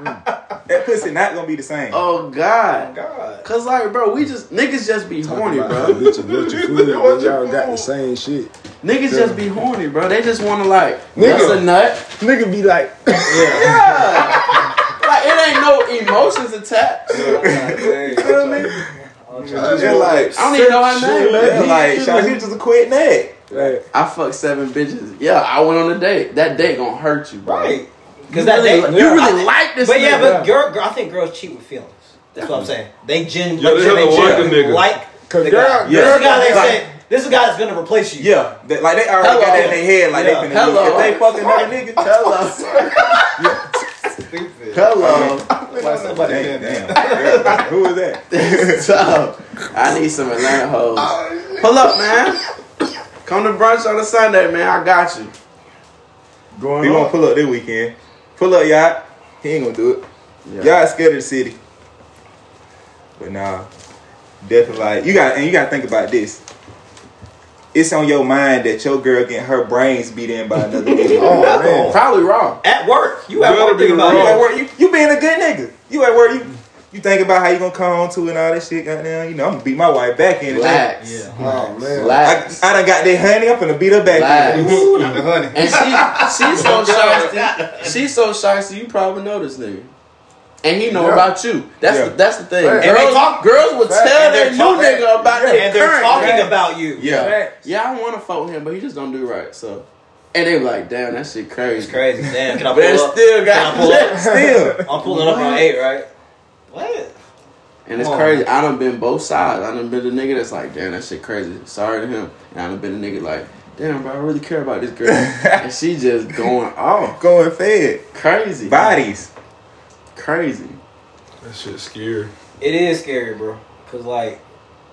Speaker 4: yeah.
Speaker 5: that pussy not gonna be the same.
Speaker 2: Oh God.
Speaker 6: God.
Speaker 2: Cause like, bro, we just niggas just be horny,
Speaker 3: About
Speaker 2: bro.
Speaker 3: how bitches want your food, but y'all got the same shit.
Speaker 2: Niggas just be horny, bro. They just want to like
Speaker 3: Nigga.
Speaker 2: that's a nut.
Speaker 3: Nigga be like,
Speaker 2: Like it ain't no emotions attached.
Speaker 5: feel me?
Speaker 3: They're like,
Speaker 2: I don't even know her name.
Speaker 5: Yeah,
Speaker 2: man.
Speaker 5: like, shout he just a quick neck.
Speaker 3: like,
Speaker 2: I fucked seven bitches. Yeah, I went on a date. That date gonna hurt you, bro.
Speaker 4: Right.
Speaker 2: You
Speaker 4: Because that
Speaker 2: really,
Speaker 4: they,
Speaker 2: you really like this.
Speaker 4: But yeah,
Speaker 2: nigga.
Speaker 4: but girl, girl, I think girls cheat with feelings. That's what I'm saying. They gen,
Speaker 6: Yeah,
Speaker 4: like,
Speaker 6: they
Speaker 4: you said,
Speaker 6: have to like
Speaker 4: they
Speaker 6: the
Speaker 4: gen
Speaker 6: nigga.
Speaker 4: like
Speaker 3: Cause
Speaker 4: the
Speaker 3: girl-
Speaker 4: guy.
Speaker 5: yeah.
Speaker 4: This is the guy they
Speaker 5: Like-
Speaker 4: say, this is the guy that's gonna replace you.
Speaker 5: Yeah, that, like they already got that in their head. Like
Speaker 4: Hello.
Speaker 5: they finna
Speaker 2: Hello.
Speaker 5: if they fucking another nigga.
Speaker 2: hello,
Speaker 6: Stupid.
Speaker 2: hello.
Speaker 4: Like somebody
Speaker 5: Damn,
Speaker 4: said.
Speaker 5: damn. Girl, Who is that?
Speaker 2: so I need some Atlanta hoes. Pull up, man. Come to brunch on a Sunday, man. I got you.
Speaker 5: He
Speaker 3: going
Speaker 5: won't
Speaker 3: on.
Speaker 5: pull up this weekend. Pull up, y'all. He ain't gonna do it. Y'all scared of the city. But nah, definitely like you got and you got to think about this. It's on your mind that your girl getting her brains beat in by another nigga.
Speaker 3: Oh man.
Speaker 2: Probably wrong.
Speaker 4: At work, you at
Speaker 6: Gotta
Speaker 4: work
Speaker 6: be
Speaker 4: thinking about
Speaker 5: You at
Speaker 4: it.
Speaker 6: wrong.
Speaker 5: work, you, you being a good nigga. You at work, you you think about how you gonna come home to it and all that shit. Goddamn, you know I'm gonna beat my wife back in. today.
Speaker 2: Relax.
Speaker 4: Yeah.
Speaker 3: Oh man.
Speaker 5: I,
Speaker 2: Relax.
Speaker 5: I done got that honey. I'm gonna beat her back.
Speaker 2: Relax.
Speaker 5: in.
Speaker 4: Ooh, not the honey.
Speaker 2: And she she's so shy. She's so shy. So you probably know this nigga. And he know
Speaker 3: Yeah.
Speaker 2: about you. That's
Speaker 5: Yeah.
Speaker 2: the, that's the thing.
Speaker 3: And
Speaker 4: they
Speaker 2: girls,
Speaker 4: talk-
Speaker 2: girls will
Speaker 3: Fact.
Speaker 2: tell
Speaker 4: And
Speaker 2: their
Speaker 4: they're
Speaker 2: new
Speaker 4: talk-
Speaker 2: nigga about their
Speaker 4: And they're
Speaker 2: current.
Speaker 4: talking about you.
Speaker 5: Yeah.
Speaker 2: Yeah, I want to fuck with him, but he just don't do right. So, and they be like, damn, that shit crazy.
Speaker 4: It's crazy. Damn, can I
Speaker 2: But they
Speaker 4: pull up?
Speaker 2: still
Speaker 4: Can I pull
Speaker 2: got.
Speaker 4: up?
Speaker 5: Still,
Speaker 4: I'm pulling up on eight, right? What?
Speaker 2: And it's
Speaker 4: Come on.
Speaker 2: crazy. I done been both sides. I done been the nigga that's like, damn, that shit crazy. Sorry to him. And I done been the nigga like, damn, bro, I really care about this girl. and she just going off.
Speaker 5: going fed
Speaker 2: Crazy.
Speaker 5: bodies.
Speaker 2: Crazy.
Speaker 6: That shit scary.
Speaker 4: It is scary, bro. Cause like,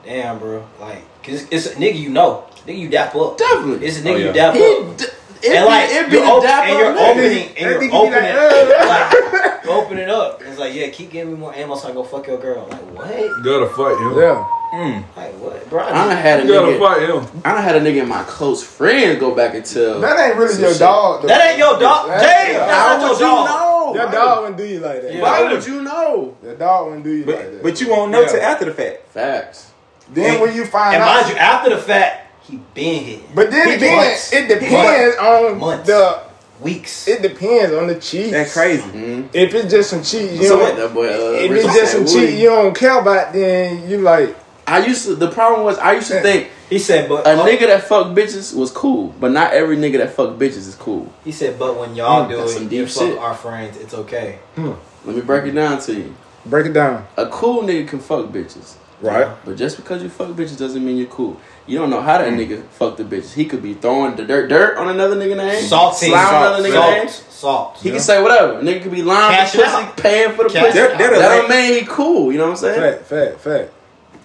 Speaker 4: damn, bro. Like, cause it's a nigga you know, nigga you dap up.
Speaker 2: Definitely.
Speaker 4: It's a
Speaker 5: Oh,
Speaker 4: nigga
Speaker 5: yeah.
Speaker 4: you dap
Speaker 2: He,
Speaker 4: up.
Speaker 2: d- it
Speaker 4: and
Speaker 2: be,
Speaker 4: like,
Speaker 2: it be
Speaker 4: you're
Speaker 2: the
Speaker 4: op-
Speaker 2: dap
Speaker 4: and you're
Speaker 2: up nigga.
Speaker 4: opening, and
Speaker 3: That nigga be
Speaker 4: you're opening,
Speaker 3: like,
Speaker 4: like, you open it up. It's like, yeah, keep giving me more ammo so I go fuck your girl. Like, what?
Speaker 6: Gotta fight him.
Speaker 3: Yeah.
Speaker 5: Mm.
Speaker 4: Like, what, bro? I
Speaker 2: I done
Speaker 4: just-
Speaker 2: had a
Speaker 6: You gotta
Speaker 2: nigga.
Speaker 6: fight him.
Speaker 2: I done had a nigga in my close friend go back and tell.
Speaker 3: That ain't really
Speaker 2: some
Speaker 3: your
Speaker 2: shit.
Speaker 3: dog. Though.
Speaker 4: that ain't your dog,
Speaker 3: That-
Speaker 4: James.
Speaker 3: yeah.
Speaker 4: That's not your dog.
Speaker 2: know?
Speaker 3: Your dog wouldn't do you like that.
Speaker 4: Yeah.
Speaker 2: Why would you know?
Speaker 3: Your dog wouldn't do you like
Speaker 5: But
Speaker 3: that.
Speaker 5: but you won't know
Speaker 4: Yeah.
Speaker 5: till after the fact.
Speaker 2: Facts.
Speaker 3: then when you find
Speaker 4: And
Speaker 3: out,
Speaker 4: mind you, after the fact, he been hitting.
Speaker 3: but then
Speaker 4: He
Speaker 3: again,
Speaker 4: months.
Speaker 3: it depends on
Speaker 4: Months.
Speaker 3: the.
Speaker 4: weeks.
Speaker 3: It depends on the cheat.
Speaker 5: That's crazy.
Speaker 2: Mm-hmm.
Speaker 3: If it's just some cheat, you
Speaker 2: So
Speaker 3: don't-
Speaker 2: what that boy, uh,
Speaker 3: if
Speaker 2: Richard
Speaker 3: it's just
Speaker 2: said,
Speaker 3: some
Speaker 2: Woody.
Speaker 3: cheat you don't care about, then you like
Speaker 2: I used to. The problem was I used to think
Speaker 4: he said, but
Speaker 2: a nigga that fuck bitches was cool, but not every nigga that fuck bitches is cool.
Speaker 4: He said, but when y'all
Speaker 2: Mm,
Speaker 4: do
Speaker 2: that's
Speaker 4: it,
Speaker 2: some
Speaker 4: you
Speaker 2: deep
Speaker 4: fuck
Speaker 2: shit.
Speaker 4: our friends, it's okay.
Speaker 2: Let me break it down to you.
Speaker 3: break it down.
Speaker 2: A cool nigga can fuck bitches,
Speaker 3: Right.
Speaker 2: but just because you fuck bitches doesn't mean you're cool. You don't know how that nigga fucked the bitches. He could be throwing the dirt dirt on another nigga name,
Speaker 4: Salting.
Speaker 2: slime on another nigga name.
Speaker 4: Salt. Salt.
Speaker 2: He can say whatever. Nigga could be lying
Speaker 4: Cash
Speaker 2: for the
Speaker 4: it
Speaker 2: pussy,
Speaker 4: out.
Speaker 2: paying for the
Speaker 4: Cash
Speaker 2: pussy.
Speaker 5: it out. They're- they're the
Speaker 2: that don't mean he cool. You know what I'm saying?
Speaker 3: Fat, fat, fat.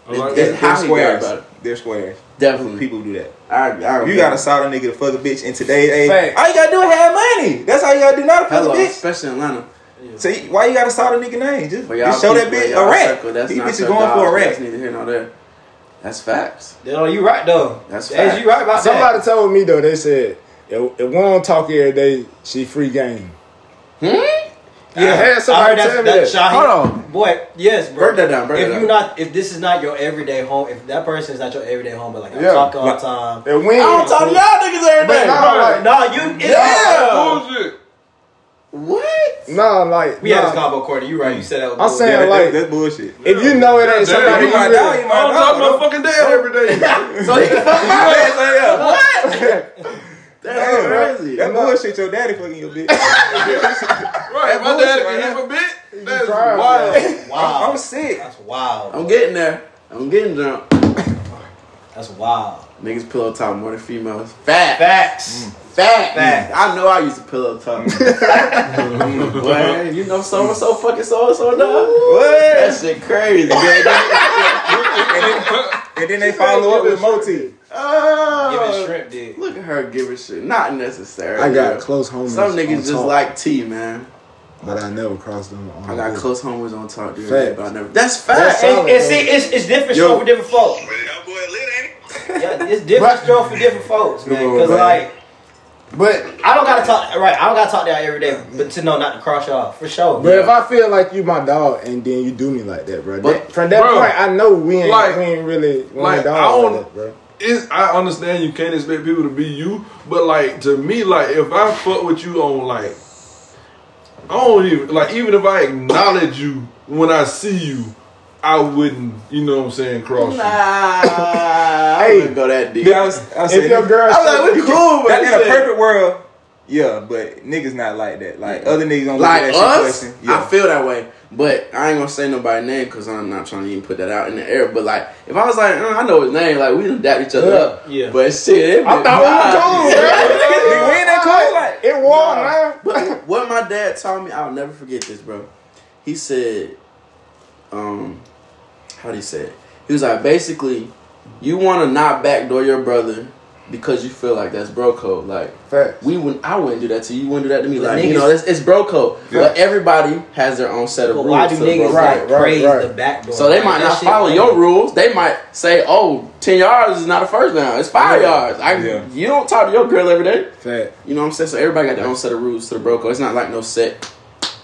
Speaker 6: I like
Speaker 2: It-
Speaker 6: that.
Speaker 5: They're
Speaker 2: How he got
Speaker 5: squares.
Speaker 2: about Mm-hmm.
Speaker 5: They're squares.
Speaker 2: Definitely.
Speaker 5: People do that.
Speaker 2: I, I
Speaker 5: You gotta solid nigga to fuck a bitch in today's age.
Speaker 2: Fact.
Speaker 5: All you gotta do is have money. That's all you gotta do. Not to fuck
Speaker 2: Hello,
Speaker 5: a bitch.
Speaker 2: especially in Atlanta.
Speaker 5: So you- why you gotta solid nigga name? Just,
Speaker 2: For y'all
Speaker 5: just show that
Speaker 2: people,
Speaker 5: bitch
Speaker 2: y'all
Speaker 5: a rat.
Speaker 2: circle, That's
Speaker 5: These
Speaker 2: not
Speaker 5: bitches
Speaker 2: your
Speaker 5: going
Speaker 2: dog,
Speaker 5: for a
Speaker 2: That's
Speaker 5: rat.
Speaker 2: neither here nor there. That's facts.
Speaker 4: "Oh, You know, you right though.
Speaker 2: That's
Speaker 4: As
Speaker 2: fact.
Speaker 4: you right about
Speaker 3: Somebody
Speaker 4: that.
Speaker 3: told me though, they said if, if we don't talk every day, she free game. Hmm? Yeah, had
Speaker 4: I
Speaker 3: somebody
Speaker 4: heard
Speaker 3: tell me
Speaker 4: that's-
Speaker 3: that.
Speaker 4: that's Shaheed.
Speaker 2: Hold on.
Speaker 4: Boy, yes, bro.
Speaker 2: Break that down, break
Speaker 4: if
Speaker 2: that
Speaker 4: you
Speaker 2: down.
Speaker 4: not, if this is not your everyday home, if that person is not your everyday home, but like I'm
Speaker 3: Yeah,
Speaker 4: talking all the
Speaker 5: like-
Speaker 4: time.
Speaker 3: If we
Speaker 2: I don't talk to y'all niggas every
Speaker 3: But
Speaker 2: day.
Speaker 3: nah,
Speaker 4: No,
Speaker 3: like-
Speaker 4: no, you. It's,
Speaker 6: Bullshit.
Speaker 2: What?
Speaker 3: Nah, like
Speaker 4: We
Speaker 3: nah,
Speaker 4: had this combo, Cordy. You right. You said that. Was
Speaker 3: I'm
Speaker 4: bull-
Speaker 3: saying,
Speaker 5: Yeah, that-
Speaker 3: like-
Speaker 5: that's bullshit.
Speaker 3: If you know it ain't
Speaker 6: Yeah,
Speaker 5: If
Speaker 3: somebody
Speaker 5: you
Speaker 3: you
Speaker 5: my dog,
Speaker 3: really,
Speaker 5: you my
Speaker 6: I don't talk
Speaker 5: dog.
Speaker 6: my fucking dad every day.
Speaker 2: So he
Speaker 5: That's
Speaker 2: That's crazy.
Speaker 5: that bullshit. Your daddy fucking your bitch.
Speaker 6: Right, my
Speaker 5: bullshit
Speaker 6: dad
Speaker 5: right
Speaker 6: can hit a bit. That's
Speaker 3: proud,
Speaker 6: wild.
Speaker 4: Wow.
Speaker 5: I'm sick.
Speaker 4: That's wild.
Speaker 2: I'm
Speaker 4: bro.
Speaker 2: getting there. I'm getting drunk.
Speaker 4: That's wild.
Speaker 2: Niggas pillow talk more than females. Fact.
Speaker 4: Facts.
Speaker 2: Fact.
Speaker 4: Fact.
Speaker 2: I know I used to pillow talk. Boy, you know so and so fucking so and so now.
Speaker 5: What?
Speaker 2: That shit crazy. man.
Speaker 5: And then they follow up with moti.
Speaker 4: Giving
Speaker 2: oh,
Speaker 4: shrimp dick.
Speaker 2: look at her giving shit. Not necessarily.
Speaker 3: I got close homies.
Speaker 2: Some
Speaker 3: on
Speaker 2: niggas just
Speaker 3: talk,
Speaker 2: like tea, man.
Speaker 3: but I never crossed them. On
Speaker 2: I got
Speaker 3: this.
Speaker 2: close homies on talk during
Speaker 3: Mm. Facts.
Speaker 2: the day, but I never. That's
Speaker 3: That's
Speaker 2: fact.
Speaker 3: solid,
Speaker 4: And, and
Speaker 3: though.
Speaker 4: see, it's, it's different
Speaker 5: Yo.
Speaker 4: show for different folks.
Speaker 1: That boy lit, ain't it?
Speaker 4: Yeah, it's different show for different folks, man. Because
Speaker 5: on, man.
Speaker 4: like,
Speaker 3: But
Speaker 4: I don't gotta talk. Right, I don't gotta talk to y'all every day, but to know not to cross y'all for sure.
Speaker 3: but if I feel like you my dog and then you do me like that, bro.
Speaker 2: But-
Speaker 3: that, from that
Speaker 6: Bro,
Speaker 3: point, I know we ain't
Speaker 6: like-
Speaker 3: we ain't really we
Speaker 6: like,
Speaker 3: ain't
Speaker 6: I
Speaker 3: dog
Speaker 6: don't-
Speaker 3: like that, bro.
Speaker 6: It's, I understand you can't expect people to be you, but like to me, like if I fuck with you on like, I don't even like even if I acknowledge you when I see you, I wouldn't. You know what I'm saying? Cross
Speaker 2: Nah,
Speaker 6: you.
Speaker 2: I
Speaker 3: Hey.
Speaker 2: wouldn't go that deep.
Speaker 5: Yeah, I was, I was
Speaker 3: If
Speaker 5: saying-
Speaker 3: your girl,
Speaker 2: I'm like, we cool, but
Speaker 5: That in a
Speaker 2: shit.
Speaker 5: perfect world, yeah, but niggas not like that. Like other niggas don't
Speaker 2: like
Speaker 5: look at that
Speaker 2: us,
Speaker 5: shit question. Yeah.
Speaker 2: I feel that way. But I ain't gonna say nobody's name because I'm not trying to even put that out in the air. But like, if I was like, uh, I know his name, like we done dapped each other
Speaker 3: Yeah.
Speaker 2: up.
Speaker 4: Yeah.
Speaker 2: But shit, it
Speaker 3: I
Speaker 2: been
Speaker 3: thought we were cool,
Speaker 2: vibes.
Speaker 3: bro.
Speaker 5: Nigga, we ain't that cool. Like,
Speaker 3: It warm now.
Speaker 2: But what my dad taught me, I'll never forget this, bro. He said, um, how do you say it? He was like, basically, you want to not backdoor your brother because you feel like that's bro code. Like,
Speaker 3: Facts.
Speaker 2: we wouldn't, I wouldn't do that to you. You wouldn't do that to me.
Speaker 4: But
Speaker 2: Like,
Speaker 4: niggas-
Speaker 2: you know, it's, it's bro code. But everybody has their own set of
Speaker 4: But
Speaker 2: rules.
Speaker 4: why do
Speaker 2: to the bro
Speaker 4: niggas
Speaker 2: code.
Speaker 3: Right,
Speaker 4: like
Speaker 3: right,
Speaker 4: praise
Speaker 3: right.
Speaker 4: the back door?
Speaker 2: So they
Speaker 4: Like,
Speaker 2: might
Speaker 4: that
Speaker 2: not
Speaker 4: shit
Speaker 2: follow
Speaker 4: wrong.
Speaker 2: your rules. They might say, "Oh, 10 yards is not a first down. It's five
Speaker 5: Yeah.
Speaker 2: yards." I,
Speaker 5: Yeah.
Speaker 2: You don't talk to your girl every day.
Speaker 3: Fact.
Speaker 2: You know what I'm saying? So everybody got their own set of rules to the bro code. It's not like no set.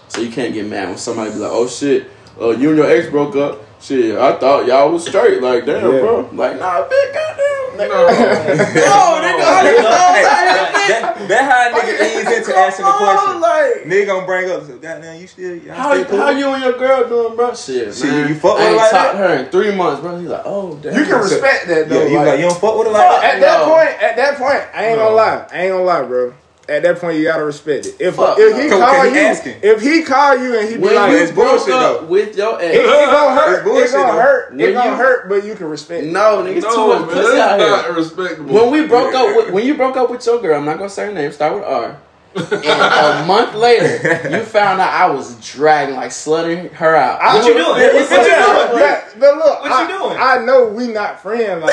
Speaker 2: So you can't get mad when somebody be like, "Oh shit, uh, you and your ex broke up." Shit, I thought y'all was straight. Like, damn,
Speaker 3: Yeah.
Speaker 2: bro. Like, nah, bitch, goddamn, nigga.
Speaker 6: No.
Speaker 2: No, nigga, I didn't know
Speaker 5: Hey,
Speaker 2: I had a bitch.
Speaker 5: that, that how a nigga ease into answering the
Speaker 2: Come
Speaker 5: question.
Speaker 2: on, Like,
Speaker 5: Nigga gonna bring up, so goddamn, you still, y'all
Speaker 2: how,
Speaker 5: still cool?
Speaker 2: how you and your girl doing, bro? Shit,
Speaker 5: Shit,
Speaker 2: man.
Speaker 5: you fuck with
Speaker 2: I ain't
Speaker 5: like
Speaker 2: talked
Speaker 5: that?
Speaker 2: to her in three months, bro. He's like, oh, damn.
Speaker 3: You can
Speaker 5: So-
Speaker 3: respect that though.
Speaker 5: yeah, you
Speaker 3: like-
Speaker 5: like, you don't fuck with it
Speaker 3: Fuck,
Speaker 5: like that?
Speaker 3: at that
Speaker 2: No.
Speaker 3: point, at that point, I ain't gonna lie. I ain't gonna lie, bro. At that point, you gotta respect it. If
Speaker 2: Fuck,
Speaker 3: if he
Speaker 5: no.
Speaker 3: call
Speaker 5: Cause he
Speaker 3: you,
Speaker 5: asking.
Speaker 3: if he call you and he be
Speaker 2: when
Speaker 3: like,
Speaker 2: you
Speaker 5: it's
Speaker 3: it,
Speaker 2: broke
Speaker 5: bullshit,
Speaker 2: up
Speaker 5: though.
Speaker 2: with your
Speaker 3: it
Speaker 2: ex.
Speaker 3: gonna hurt.
Speaker 5: It's bullshit,
Speaker 3: it gonna
Speaker 5: though.
Speaker 3: hurt.
Speaker 2: When
Speaker 3: It gonna
Speaker 2: you-
Speaker 3: hurt, but you can respect. it.
Speaker 2: no, niggas too
Speaker 6: No,
Speaker 2: much
Speaker 6: man,
Speaker 2: pussy out
Speaker 6: that's
Speaker 2: here.
Speaker 6: not respectable.
Speaker 2: When we broke up, with, when you broke up with your girl, I'm not gonna say her name. Start with R. And a month later, you found out I was dragging, like slutting her out.
Speaker 3: I-
Speaker 4: What you doing?
Speaker 3: Yeah,
Speaker 4: What you
Speaker 3: but
Speaker 4: doing?
Speaker 3: look, yeah, But look,
Speaker 4: What
Speaker 3: I,
Speaker 4: you doing?
Speaker 3: I know we not friends.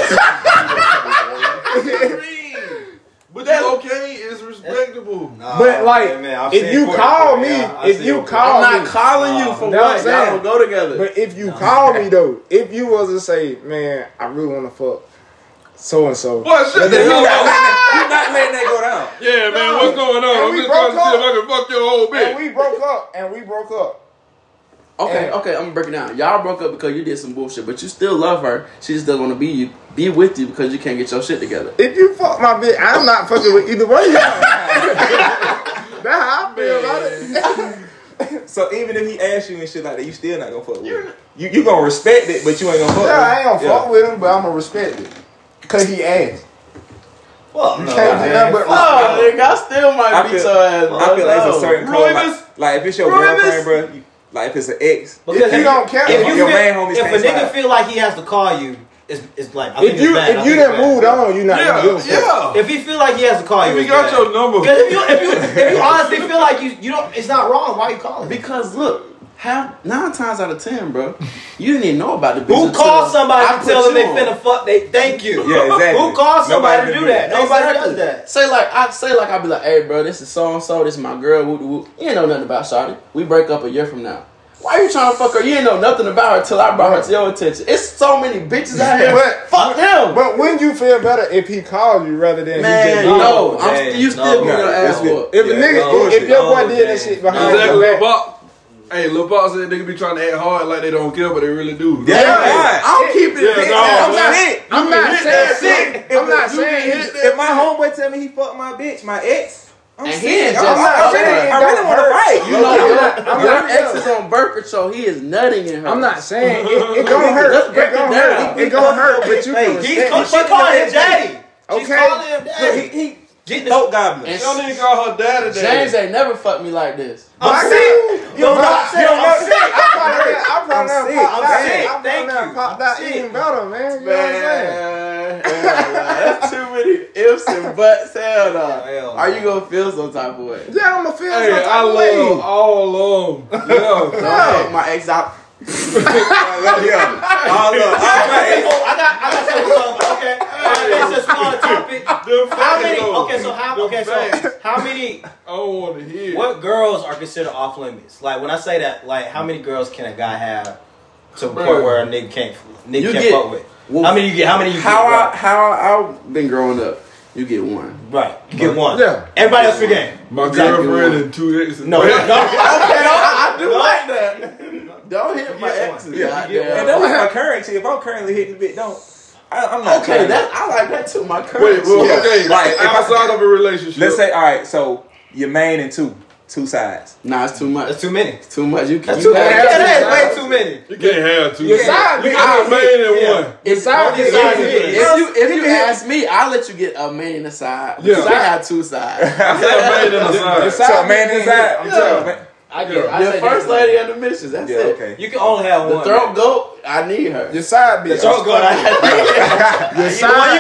Speaker 3: Like,
Speaker 6: but that's okay. It's respectable.
Speaker 4: Nah,
Speaker 3: but like,
Speaker 4: yeah, Oh, man, I've
Speaker 3: if
Speaker 4: seen
Speaker 3: you
Speaker 4: Cordy
Speaker 3: call
Speaker 4: before,
Speaker 3: me,
Speaker 4: yeah, I've
Speaker 3: if
Speaker 4: seen
Speaker 3: you
Speaker 4: Cordy.
Speaker 3: call
Speaker 2: I'm
Speaker 3: me,
Speaker 2: not calling you for
Speaker 3: No, I'm
Speaker 2: what? Y'all
Speaker 3: saying-
Speaker 2: don't go together.
Speaker 3: But if you call me though, if you was to say, man, I really want to fuck so and so,
Speaker 6: What? Shut the
Speaker 5: You
Speaker 6: hell
Speaker 5: not, letting
Speaker 6: up.
Speaker 5: that, you not letting that go down.
Speaker 6: Yeah, man, what's going
Speaker 3: And
Speaker 6: on? I'm
Speaker 3: we
Speaker 6: just trying to
Speaker 3: broke
Speaker 6: see if I can fuck your whole
Speaker 3: and
Speaker 6: bitch.
Speaker 3: we broke up, and we broke up.
Speaker 2: Okay, okay, I'm gonna break it down. Y'all broke up because you did some bullshit, but you still love her. She just doesn't want to be you, be with you because you can't get your shit together.
Speaker 3: If you fuck my bitch, I'm not fucking with either one of y'all. That's how I feel about it.
Speaker 5: So even if he asks you and shit like that, you still not gonna fuck with it. You you gonna respect it, but you ain't gonna fuck
Speaker 3: Yeah, I
Speaker 5: with it.
Speaker 3: ain't gonna
Speaker 5: Yeah.
Speaker 3: fuck with him, but I'm gonna respect it. Cause he asked.
Speaker 4: Well, no,
Speaker 3: Can't do
Speaker 4: man.
Speaker 3: nothing but
Speaker 2: Oh, nigga, I still might
Speaker 5: I
Speaker 2: beat
Speaker 5: feel-
Speaker 2: your ass.
Speaker 5: I feel like it's
Speaker 2: No.
Speaker 5: a certain code.
Speaker 6: Ruinous.
Speaker 5: Like, like if it's your
Speaker 6: Ruinous.
Speaker 5: girlfriend, bro, you, like if it's an ex,
Speaker 4: Because
Speaker 5: if
Speaker 3: You don't care.
Speaker 4: If you feel,
Speaker 5: Your man homies
Speaker 4: if
Speaker 5: can't
Speaker 4: a nigga
Speaker 5: slide.
Speaker 4: feel like he has to call you, it's, it's like I think
Speaker 3: if
Speaker 4: it's
Speaker 3: you
Speaker 4: bad. I
Speaker 3: if
Speaker 4: think
Speaker 3: you
Speaker 4: it's
Speaker 3: done
Speaker 4: bad.
Speaker 3: moved on, you not gonna
Speaker 6: Yeah,
Speaker 3: give a fuck.
Speaker 6: yeah.
Speaker 4: If he feel like he has to call you,
Speaker 6: If he
Speaker 4: it's
Speaker 6: got
Speaker 4: bad.
Speaker 6: your number.
Speaker 4: Because if you if you if you honestly feel like you you don't, it's not wrong. Why you calling?
Speaker 2: Because look, Half nine times out of ten, bro, you didn't even know about the bitch.
Speaker 4: Who
Speaker 2: until
Speaker 4: called somebody
Speaker 2: I
Speaker 4: to
Speaker 2: put
Speaker 4: tell them
Speaker 2: you
Speaker 4: they
Speaker 2: on.
Speaker 4: finna fuck? They thank you.
Speaker 5: Yeah, exactly.
Speaker 4: Who called somebody to
Speaker 5: Nobody finna
Speaker 4: do
Speaker 5: do
Speaker 4: that?
Speaker 5: that.
Speaker 4: Nobody
Speaker 2: Exactly.
Speaker 4: does that.
Speaker 2: Say like I say like I'd be like, hey bro, this is so and so, this is my girl, woo woo. You ain't know nothing about Shawty. We break up a year from now. Why you trying to fuck her? You ain't know nothing about her till I brought her to your attention. It's so many bitches out here.
Speaker 3: But-
Speaker 2: fuck them.
Speaker 3: But wouldn't you feel better if he called you rather than he
Speaker 2: Man,
Speaker 3: just
Speaker 2: no,
Speaker 3: did?
Speaker 4: no,
Speaker 2: I'm
Speaker 4: dang,
Speaker 2: st- you
Speaker 4: no,
Speaker 2: still be
Speaker 5: no,
Speaker 2: getting your ass
Speaker 5: that's
Speaker 2: whooped.
Speaker 3: If
Speaker 5: Yeah,
Speaker 3: a nigga,
Speaker 5: that's
Speaker 3: if- if
Speaker 5: bullshit.
Speaker 3: your boy
Speaker 4: Oh,
Speaker 3: did that
Speaker 4: dang.
Speaker 3: shit behind
Speaker 6: Exactly, Lil
Speaker 3: your back,
Speaker 6: Pop. Hey, Lil Pop said nigga be trying to act hard like they don't care, but they really do.
Speaker 5: Yeah.
Speaker 2: I don't keep it.
Speaker 6: Yeah, no,
Speaker 2: I'm
Speaker 6: man.
Speaker 2: not
Speaker 3: I'm
Speaker 6: You
Speaker 3: not
Speaker 6: hit
Speaker 3: saying
Speaker 6: that
Speaker 3: shit.
Speaker 5: If-
Speaker 3: I'm not
Speaker 5: you
Speaker 3: saying
Speaker 5: can-
Speaker 3: hit
Speaker 5: If my homeboy tell me he fucked my bitch, my ex, I'm
Speaker 2: And he
Speaker 5: sick.
Speaker 2: is
Speaker 5: I'm
Speaker 2: just
Speaker 5: not- I
Speaker 2: fucked
Speaker 5: really,
Speaker 2: her.
Speaker 5: I really want to fight.
Speaker 2: You know,
Speaker 3: I'm
Speaker 2: your,
Speaker 3: not- I'm
Speaker 2: your
Speaker 3: not-
Speaker 2: ex is on birth control. He is nutting in her.
Speaker 3: I'm not saying it, it gonna
Speaker 2: Let's
Speaker 3: hurt.
Speaker 2: break
Speaker 3: It
Speaker 2: it
Speaker 3: gonna
Speaker 2: down.
Speaker 3: hurt. It gonna hurt, but you can
Speaker 4: He's
Speaker 3: respect.
Speaker 4: she
Speaker 3: it.
Speaker 4: calling him daddy. She's
Speaker 3: Okay.
Speaker 4: calling him daddy.
Speaker 5: He, he get dope goblins.
Speaker 2: And
Speaker 6: She don't even call her daddy
Speaker 2: James
Speaker 6: daddy.
Speaker 2: ain't never fucked me like this.
Speaker 3: But I
Speaker 4: I'm
Speaker 3: got-
Speaker 4: sick. You don't know.
Speaker 3: I'm
Speaker 4: You don't know.
Speaker 3: I probably done- I probably
Speaker 5: I'm
Speaker 3: done
Speaker 5: sick.
Speaker 3: popped
Speaker 4: I'm
Speaker 3: out.
Speaker 4: sick.
Speaker 3: I
Speaker 4: Thank
Speaker 3: probably done
Speaker 4: you.
Speaker 3: popped out
Speaker 4: I'm sick.
Speaker 3: even better, man. You know what I'm saying?
Speaker 2: that's too many ifs and buts. Hell no.
Speaker 4: Hell no.
Speaker 2: Are you gonna feel some type of way?
Speaker 3: Yeah, I'ma feel
Speaker 6: Hey,
Speaker 3: some
Speaker 6: I
Speaker 3: type of
Speaker 6: love
Speaker 3: way.
Speaker 6: all of them. Yeah.
Speaker 2: Don't fuck my ex out.
Speaker 5: All up. All right.
Speaker 4: oh, I got. I got something. something. Okay. All right, let's explore the topic.
Speaker 6: Them
Speaker 4: How
Speaker 6: facts,
Speaker 4: many?
Speaker 6: though.
Speaker 4: Okay, so how?
Speaker 6: Them
Speaker 4: Okay,
Speaker 6: facts.
Speaker 4: so how many?
Speaker 6: I don't want to hear. it.
Speaker 4: What girls are considered off limits? Like when I say that, like how many girls can a guy have to a point
Speaker 6: Bro.
Speaker 4: where a nigga can't, nigga
Speaker 2: You
Speaker 4: can't
Speaker 2: get-
Speaker 4: fuck with?
Speaker 2: well,
Speaker 4: how many you get? How many you
Speaker 2: How
Speaker 4: get?
Speaker 2: I how I've been growing up, you get one.
Speaker 4: right, right, you get one.
Speaker 3: Yeah.
Speaker 4: Everybody else forget.
Speaker 6: My
Speaker 2: Exactly
Speaker 6: girlfriend
Speaker 2: one.
Speaker 6: and two exes.
Speaker 4: No, no, no.
Speaker 2: Okay, I, I do
Speaker 4: No.
Speaker 2: like that. Don't hit my
Speaker 4: get
Speaker 2: exes.
Speaker 5: Yeah.
Speaker 2: goddamn.
Speaker 5: And that was my currency. If I'm currently hitting the bit, don't. I, I'm not.
Speaker 2: Okay,
Speaker 5: trying to-
Speaker 2: that I like that too. My current.
Speaker 6: Wait, well,
Speaker 3: Yeah.
Speaker 6: okay.
Speaker 5: Like, if I-
Speaker 6: outside of a relationship.
Speaker 5: Let's say, all right. So your main and two, two sides.
Speaker 2: nah, it's too much.
Speaker 4: That's too many.
Speaker 2: Too much. You can't.
Speaker 4: That's too
Speaker 2: You
Speaker 4: many.
Speaker 2: can't-
Speaker 4: Yeah, that is way too many.
Speaker 6: you can't have two.
Speaker 3: Your
Speaker 6: you
Speaker 3: side
Speaker 6: can
Speaker 3: dick
Speaker 6: have a
Speaker 3: out here.
Speaker 6: main and
Speaker 4: Yeah.
Speaker 6: one.
Speaker 3: Your side
Speaker 4: Your
Speaker 3: dick
Speaker 4: side
Speaker 3: out
Speaker 4: dick.
Speaker 3: here.
Speaker 2: If you if you ask me, I let you get a man and a side.
Speaker 6: Yeah.
Speaker 2: Yeah. I have two sides.
Speaker 6: I said main and a side.
Speaker 3: Your
Speaker 5: So
Speaker 3: side
Speaker 5: man
Speaker 3: dick
Speaker 5: inside.
Speaker 3: in here.
Speaker 5: So man-
Speaker 4: I get.
Speaker 6: Yeah.
Speaker 4: I
Speaker 2: The
Speaker 4: say
Speaker 2: first
Speaker 4: that's
Speaker 2: lady
Speaker 4: one.
Speaker 2: and the missions. That's
Speaker 5: Yeah.
Speaker 2: it.
Speaker 5: Okay.
Speaker 4: You can only have
Speaker 2: The
Speaker 4: one.
Speaker 2: throat goat. I need her.
Speaker 3: Your side bitch.
Speaker 4: Throat goat. I-
Speaker 3: Your
Speaker 4: The one